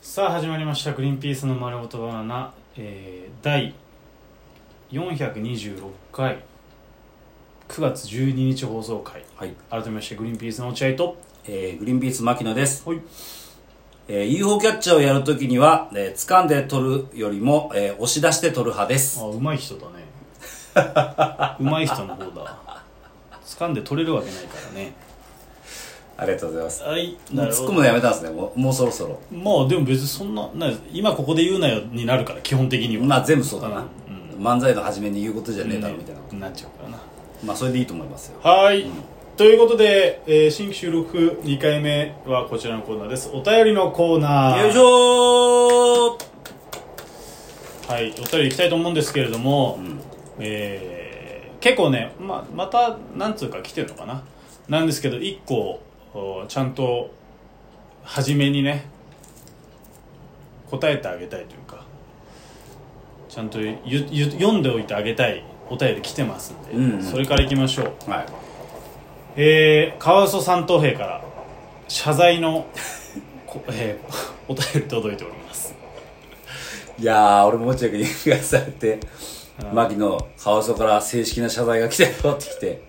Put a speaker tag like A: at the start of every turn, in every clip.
A: さあ始まりました「グリーンピースの丸ごとバナナ」えー、第426回9月12日放送回
B: はい、
A: 改めましてグリーンピースの落合と
B: えー、グリーンピース牧野です、
A: はい
B: えー、UFO キャッチャーをやるときには、えー、掴んで取るよりも、えー、押し出して取る派です
A: あうまい人だ ねうまい人の方だ掴んで取れるわけないからね
B: ありがとうございます
A: はい
B: もう突っ込むのやめたんですねもうもうそろそろ
A: まあでも別にそんなな今ここで言うなよになるから基本的には
B: まあ全部そうだな、
A: うん
B: 漫才の初めに言うことじゃねえだろみたいなこと、
A: なっちゃうからな
B: まあそれでいいと思いますよ
A: はい、ということで、えー新規収録2回目はこちらのコーナーですお便りのコーナー
B: よいしょー
A: はいお便りいきたいと思うんですけれども、
B: うん
A: えー結構ねままた何通か来てるのかななんですけど1個おちゃんと初めにね答えてあげたいというかちゃんとゆゆ読んでおいてあげたいお便り来てますんで、
B: うんうん
A: それからいきましょう
B: はい
A: えー、カワウソ三等兵から謝罪 の、こえー、お便り届いております
B: いやー俺も落合君に言わされて牧野カワウソから正式な謝罪が来て戻ってきて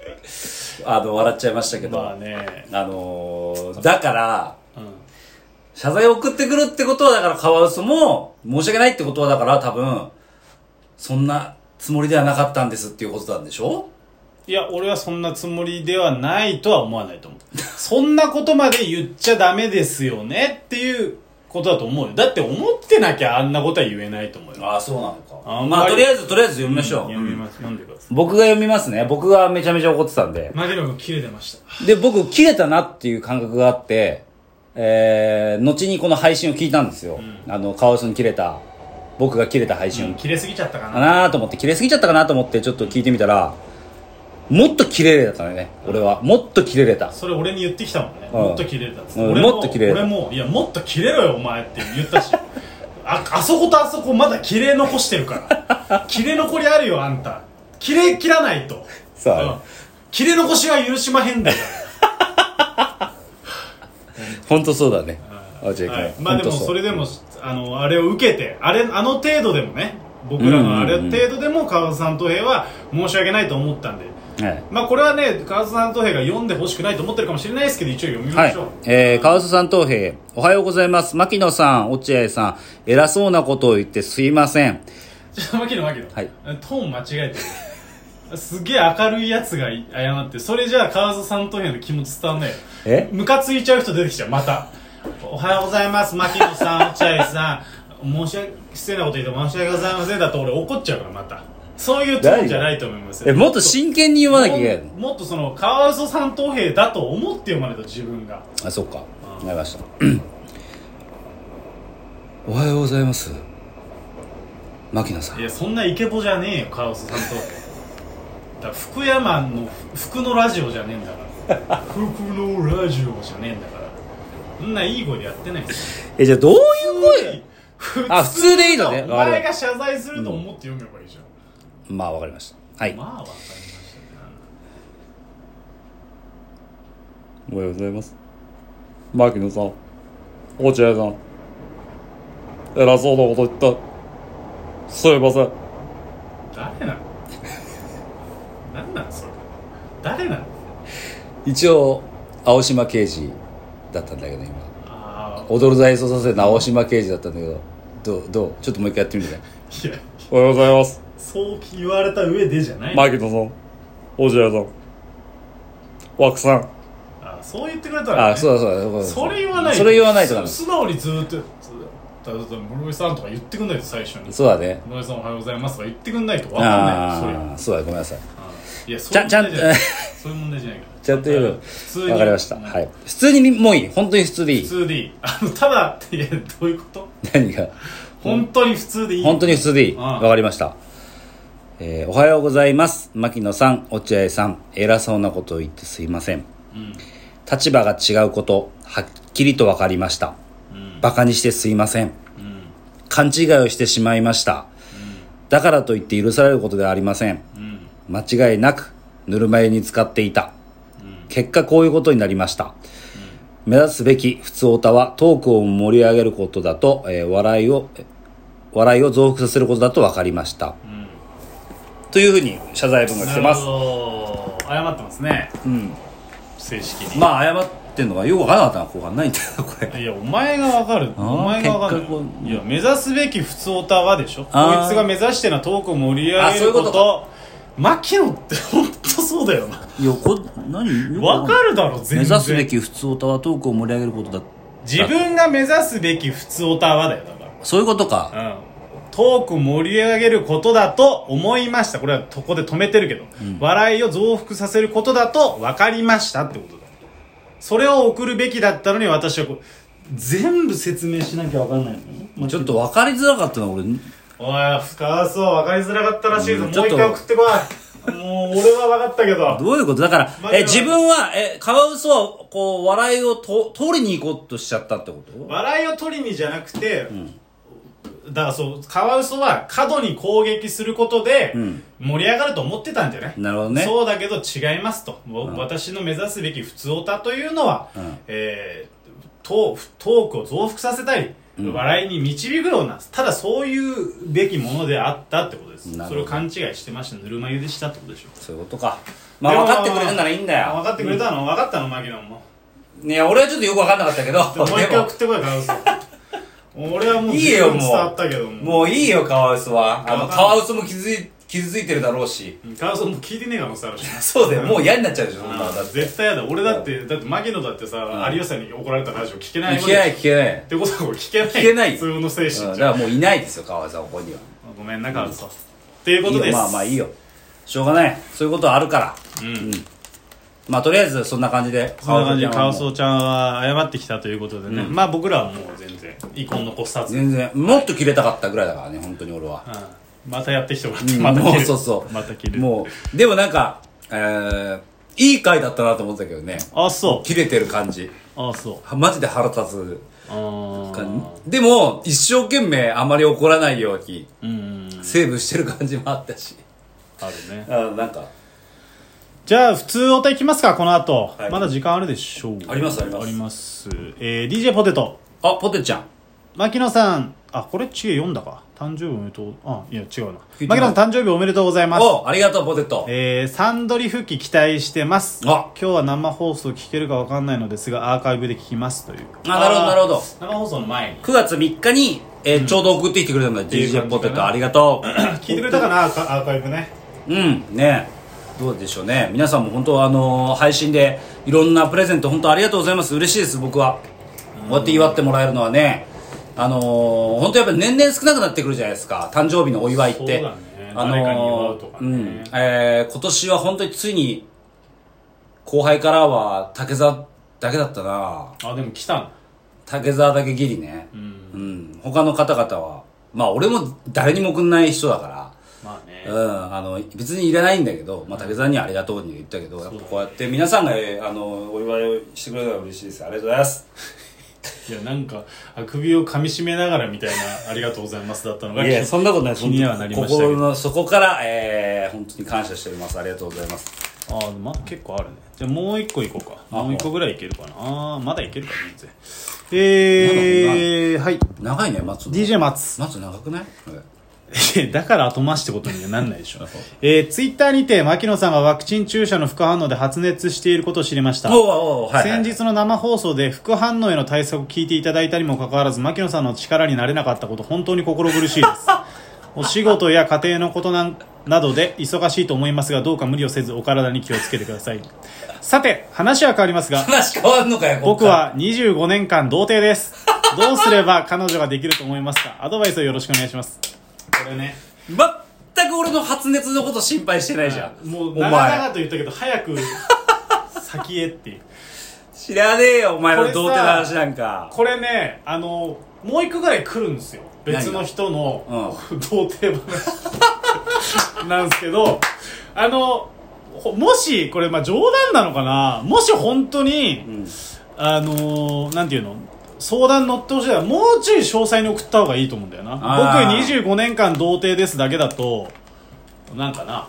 B: あの笑っちゃいましたけど、
A: まあね
B: あのー、だから、
A: うん
B: 謝罪を送ってくるってことは、だからカワウソも、申し訳ないってことは、だから多分、そんなつもりではなかったんですっていうことなんでしょ
A: いや俺はそんなつもりではないとは思わないと思 うそんなことまで言っちゃダメですよねっていうことだと思うよだって思ってなきゃあんなことは言えないと思うよ
B: ああ、そうなのか
A: あんまり
B: まあ、とりあえず、とりあえず読みましょう。
A: 読みます読んでください
B: 僕が読みますね。僕がめちゃめちゃ怒ってたんで。
A: マギロ君切れてました
B: で、僕、切れたなっていう感覚があって、えー、後にこの配信を聞いたんですよ。あの、カワウソに切れた、僕が切れた配信を
A: 切れすぎちゃったか
B: か
A: な
B: なと思って、切れすぎちゃったかなと思って、ちょっと聞いてみたら、もっと切れれたね、俺は。もっと切れれた。
A: それ俺に言ってきたもんね
B: うん
A: もっと切れたっつって
B: うん
A: 俺も
B: もっと切れ
A: 俺もいやもっと切れろよお前って言ったし ああそことあそこまだ切れ残してる から切れ残りあるよあんた切れ切らないと
B: さあ
A: うん切れ残しは許しまへんだよ
B: 本当そうだね。あ、じゃあ、
A: はい
B: 行、くね
A: まあでも
B: 本当う
A: それでも、あのあれを受けてあれあの程度でもね僕らのあれ
B: うんう
A: 程
B: んうん
A: 度でも川田さんと平は申し訳ないと思ったんで
B: はい。
A: まあこれはね川田さんと平が読んでほしくないと思ってるかもしれないですけど一応読み
B: は
A: ま
B: い
A: しょう、。
B: えー、川瀬さん東平、おはようございます。牧野さん、落合さん、偉そうなことを言ってすいません。
A: ちょっと 牧野牧野、
B: はい
A: トーン間違えてるすげえ明るいやつが謝ってそれじゃあ川田さんとへの気持ち伝わんないよ
B: え
A: ムカついちゃう人出てきちゃうまたおはようございます牧野 さん落合さん申し訳失礼なこと言って申し訳ございませんだと俺怒っちゃうからまたそういうトーンじゃないと思いますよ
B: え、もっと真剣に言わなきゃいけないの
A: ももっとそのカワウソ三等兵だと思って読まないと自分が
B: あ、そっか。なりました。 おはようございます。牧野さ
A: い
B: ん。
A: やそんなイケボじゃねえよカワウソさんとだから福山の福のラジオじゃねえんだから福のラジオじゃねえんだからそんないい声でやってないです
B: え、じゃあどういう声
A: 普
B: あ普通でいいのね
A: お
B: わかる
A: 前が謝罪すると思って読めばいいじゃん、
B: まあ、わかりました。はい。
A: まあわかりました
B: おはようございます。牧野さん、落合さん、偉そうなこと言った。すいません。
A: ね誰なの何なんそれ誰なの
B: 一応、青島刑事だったんだけど、今。
A: あ
B: 踊る大捜査線の青島刑事だったんだけど、どう、どうちょっともう一回やってみてね。
A: あいや
B: おはようございます。
A: そう言われた上でじゃない、
B: 牧野さん、落合さん、枠さん。
A: あそう言ってくれたら、ね、
B: あ、そうだそうだそうだ。
A: それ言わない
B: それ言わないとダメ
A: す素直にずーっと「だだだ室井さん」とか言ってくんないと最初に「
B: そうだね。
A: 室井さんおはようございます」とか言ってくんないと分かんないよそれ
B: ああ、そうだ、ごめんなさい。
A: うんいやそう
B: ち
A: い
B: ゃ
A: うん問
B: ちゃん
A: 題じゃないそういう問題じゃないから
B: ちゃんと言うよ
A: 普通に
B: わかりました。
A: うん
B: はい。普通に、もういい。本当に普通でい
A: 普
B: い。
A: 通でいいあのただっていやどういうこと
B: 何が。
A: 本当に普通でいい
B: 本当に普通でいい。
A: うん
B: わかりました。えーおはようございます。牧野さん、落合さん、偉そうなことを言ってすいません。
A: うん
B: 立場が違うこと、はっきりと分かりました。
A: うん
B: 馬鹿にしてすいません。
A: うん
B: 勘違いをしてしまいました。だからといって許されることではありません。
A: うん
B: 間違いなく、ぬるま湯に使っていた。結果こういうことになりました。目指すべき普通オタはトークを盛り上げることだと、えー笑いをえ笑いを増幅させることだと分かりました、というふうに謝罪文が来てます
A: なるほど謝ってますね
B: うん
A: 正式に
B: まあ謝ってんのがよく分からなかったな後半ないんだよこれ
A: いやお前がわかる
B: あ
A: お
B: ー
A: 前がわかる
B: 結局
A: いや目指すべき普通オタはでしょこ
B: あー
A: いつが目指してるのはトークを盛り
B: あ
A: 上げ
B: そ
A: る
B: ういうこ
A: ことと牧野って本当そうだよない
B: やこ何よく
A: わ
B: わ
A: か
B: んない
A: るだろ全然
B: 目指すべき普通オタはトークを盛り上げることだ
A: 自分が目指すべき普通オタはだよだか、
B: そういうことから
A: うん、トーク盛り上げることだと思いましたこれはここで止めてるけど、笑いを増幅させることだと分かりましたってことだそれを送るべきだったのに私はこう全部説明しなきゃ分かんないのまあ
B: ちょっと分かりづらかったな俺
A: おい深そう分かりづらかったらしいぞ、
B: うん
A: もう
B: ちょ
A: 一
B: っと
A: 回送ってこいもう俺は分かったけど
B: どういうことだから
A: ま、あ
B: え、自分は、え、カワウソは、こう、笑いをと、取りに行こうとしちゃったってこと
A: 笑いを取りにじゃなくて、だからそうカワウソは過度に攻撃することで
B: ん
A: 盛り上がると思ってたんじゃない、
B: なるほどね
A: そうだけど違いますと、もう私の目指すべき普通オタというのは、
B: ん
A: えートートークを増幅させたり、笑いに導くようなただそういうべきものであったってことです
B: なるほど
A: それを勘違いしてましたぬるま湯でしたってことでしょ
B: そういうことか。まあ、分かってくれるならいいんだ
A: あ分
B: よ。
A: かってくれたの分かったのマギノンも
B: ね俺はちょっとよく分かんなかったけど、
A: でもう一
B: で
A: 回送ってこいカワウソ俺はもう
B: いい
A: 十
B: よ、
A: 分
B: もう。
A: 伝わったけども
B: もういいよ、カワウソは。あ
A: わかん
B: の、
A: ない
B: カワウソも傷つい、傷ついてるだろうし。
A: カワウソもう聞いてねえ可能性あるしな
B: そうだよ、もう嫌になっちゃうでしょ、そんな
A: あ
B: のだ
A: ー
B: って。
A: 絶対やだ俺だってだって牧野だってさ
B: うん
A: 有吉さんに怒られたラジオ聞けないわ
B: 聞
A: け
B: けない、聞けない
A: っ。てことは俺聞けない
B: 聞けない
A: 普通の精
B: うん
A: 神
B: だ
A: じゃん
B: からもういないですよ、カワウソは、ここには。
A: ごめんなカワウソっていうこ
B: い
A: と
B: い
A: で
B: よ、
A: す
B: まあまあいいよ。しょうがない。そういうことはあるから。
A: うん
B: まあ、とりあえず、そんな感じで、
A: そんな感じでカワウ
B: はも
A: ソ
B: う
A: ちゃんは謝ってきたということでねまあ僕らはもう全然遺恨残さずうん
B: 全然、もっと切れたかったぐらいだからね、本当に俺は。
A: またやってきてもらっ
B: う
A: て
B: ん
A: また切
B: もう
A: る
B: そうそう。
A: また切る
B: もう、でもなんか、えー、いい回だったなと思ったけどね。
A: あそう
B: 切れてる感じ。
A: あそう
B: はマジで腹立
A: あー
B: つ感じ。でも、一生懸命あまり怒らないように、
A: うん
B: セーブしてる感じもあったし。
A: あるね
B: あなんか、
A: じゃあ普通お歌いきますかこの後、
B: はい
A: まだ時間あるでしょう
B: ありますあります
A: ありますえー、DJ ポテト
B: あ、ポテちゃん。
A: 牧野さんあこれ違え読んだか誕生日おめでとうあいや違うな
B: 聞いて
A: 牧
B: ない
A: 野さん誕生日おめでとうございます
B: おありがとう、ポテト。
A: えー、サンドリ復帰期待してます
B: あ
A: 今日は生放送聞けるかわかんないのですがアーカイブで聞きますという
B: あなるほどなるほど
A: 生放送の前に
B: 9月3日に、えーちょうど送ってきてくれたんだ、DJ ポテト、ありがと う。
A: 聞いてくれたかなアーカアーカイブね
B: うんねどうでしょうね皆さんも本当あのー配信でいろんなプレゼント本当ありがとうございます嬉しいです僕はこうやって祝ってもらえるのはねあのー本当やっぱり年々少なくなってくるじゃないですか誕生日のお祝いって
A: そうだね
B: あの
A: 誰
B: ー
A: かに祝うとかね
B: んえー今年は本当についに後輩からは竹座だけだったな
A: あでも来たの
B: 竹沢だけギリねうん、他の方々はまあ俺も誰にも送んない人だから
A: まあね
B: うん、あの別にいらないんだけど、まあ、竹さんにはありがとうに言ったけど、やっぱこうやって皆さんが、えーあのお祝いをしてくれたら嬉しいですありがとうございます
A: いやなんかあくびを噛み締めながらみたいなありがとうございますだったの
B: い
A: が
B: やそんなことない
A: 気にはなりましたけど
B: 心の底から、えー、本当に感謝しておりますありがとうございます
A: あーまだ結構あるねじゃあもう一個いこうか
B: あ
A: もう一個ぐらいいけるかなあーまだいけるか全然えー、はい
B: 長いね松野
A: DJ 松
B: 松野長くない
A: いやだから後回しってことにはなんないでしょ、えー、ツイッターにて牧野さんがワクチン注射の副反応で発熱していることを知りました
B: おうおうはい、はい、
A: 先日の生放送で副反応への対策を聞いていただいたにもかかわらず牧野さんの力になれなかったこと本当に心苦 しいですお仕事や家庭のことなんなどで忙しいと思いますがどうか無理をせずお体に気をつけてくださいさて話は変わりますが
B: 話変わんのかよこっ
A: 僕
B: から
A: は25年間童貞ですどうすれば彼女ができると思いますかアドバイスをよろしくお願いしますこれね
B: 全く俺の発熱のこと心配してないじゃん
A: もう
B: お
A: 長
B: 前
A: 々と言ったけど早く先へっていう
B: 知らねえよお前
A: こ
B: の
A: れさ
B: 童貞の話なんか
A: これねあのもう一個ぐらい来るんですよ別の人の、童貞話 なんですけどあのほもしこれまあ冗談なのかなもし本当に、あのーなんていうの相談乗ってほしいならもうちょい詳細に送った方がいいと思うんだよな
B: あー
A: 僕25年間童貞ですだけだとなんかな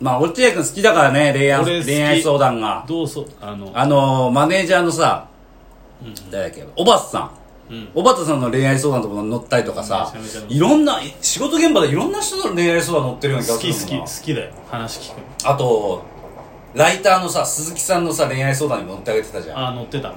B: まあ落合君好きだからね恋愛
A: 俺好き
B: 恋愛相談が
A: どうそあの
B: あのーマネージャーのさ、誰だっけおばっさん、
A: うん
B: おばたさんの恋愛相談とか乗ったりとかさ、
A: うんめちゃめちゃ乗る
B: いろんな仕事現場でいろんな人の恋愛相談乗ってるような気
A: 好
B: がする
A: き好き
B: もん
A: 好
B: な
A: きだよ話聞くの
B: あとライターのさ鈴木さんのさ恋愛相談にも乗ってあげてたじゃんあ
A: あ乗ってたね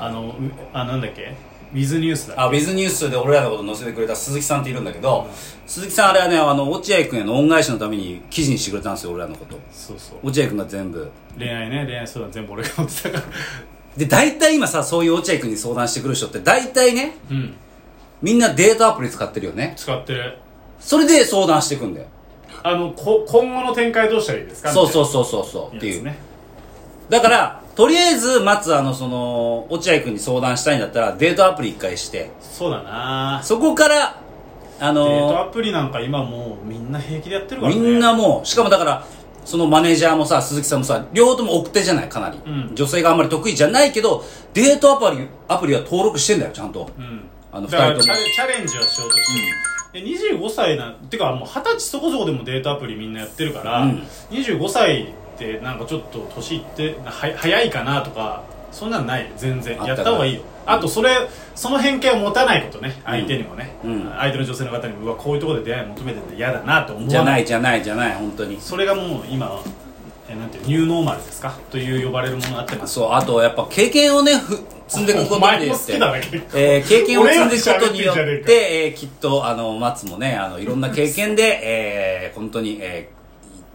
A: あのうあなんだっけウィズニュースだ
B: ウィズニュースで俺らのこと載せてくれた鈴木さんっているんだけど、鈴木さんあれはねあの落合君への恩返しのために記事にしてくれたんですよ俺らのこと
A: そうそう
B: 落合君が全部
A: 恋愛ね恋愛相談全部俺が持ってたから
B: で大体今さそういう落合君に相談してくる人って大体ね
A: うん
B: みんなデートアプリ使ってるよね
A: 使ってる
B: それで相談してくんだよ
A: あのこ今後の展開どうしたらいいですか
B: そうそううそうそうそうっていう
A: ね
B: だからとりあえずまずあのその落合君に相談したいんだったらデートアプリ一回して
A: そうだな
B: そこから
A: デ
B: あ
A: ート
B: の
A: アプリなんか今もうみんな平気でやってるから
B: み
A: ね
B: んなもうしかもだからそのマネージャーもさ鈴木さんもさ両方とも奥手じゃないかなり、
A: うん
B: 女性があんまり得意じゃないけどデートアプリアプリは登録してんだよちゃんと、
A: うん
B: あの
A: だから
B: 二人
A: チ
B: とも
A: ャレチャレンジはしようとしてる、で25歳なんてかもう二十歳そこそこでもデートアプリみんなやってるから、
B: うん
A: 25歳ってなんかちょっと年いっては早いかなとかそんなんない全然
B: あったか
A: や
B: ら
A: った方がいいよあとそれその偏見を持たないことね相手にもね、
B: うん
A: 相手の女性の方にもうわこういうところで出会い求めてて嫌だなと思わ
B: じゃないじゃないじゃない本当に
A: それがもう今えなんていうニューノーマルですかという呼ばれるものになってます
B: そうあとやっぱ経験をねふ積んでいくこと
A: お
B: によっ
A: 前
B: て
A: も好きだね結構
B: えー経験を積んでいくことによっ
A: 俺らが喋ってんじゃ
B: て、えーきっと、あの、松もね、あの、いろんな経験で、えー本当に、え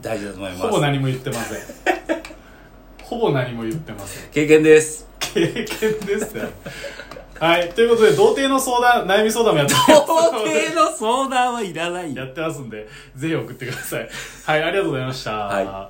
B: ー大事だと思い
A: ほぼ
B: ます。
A: 何も言ってませんほぼ何も言ってません
B: 経 験です。
A: 経験ですねはいということで童貞の相談悩み相談もやって
B: 童
A: ます
B: 貞の相談はいらない
A: やってますんでぜひ送ってくださいはいありがとうございました、
B: は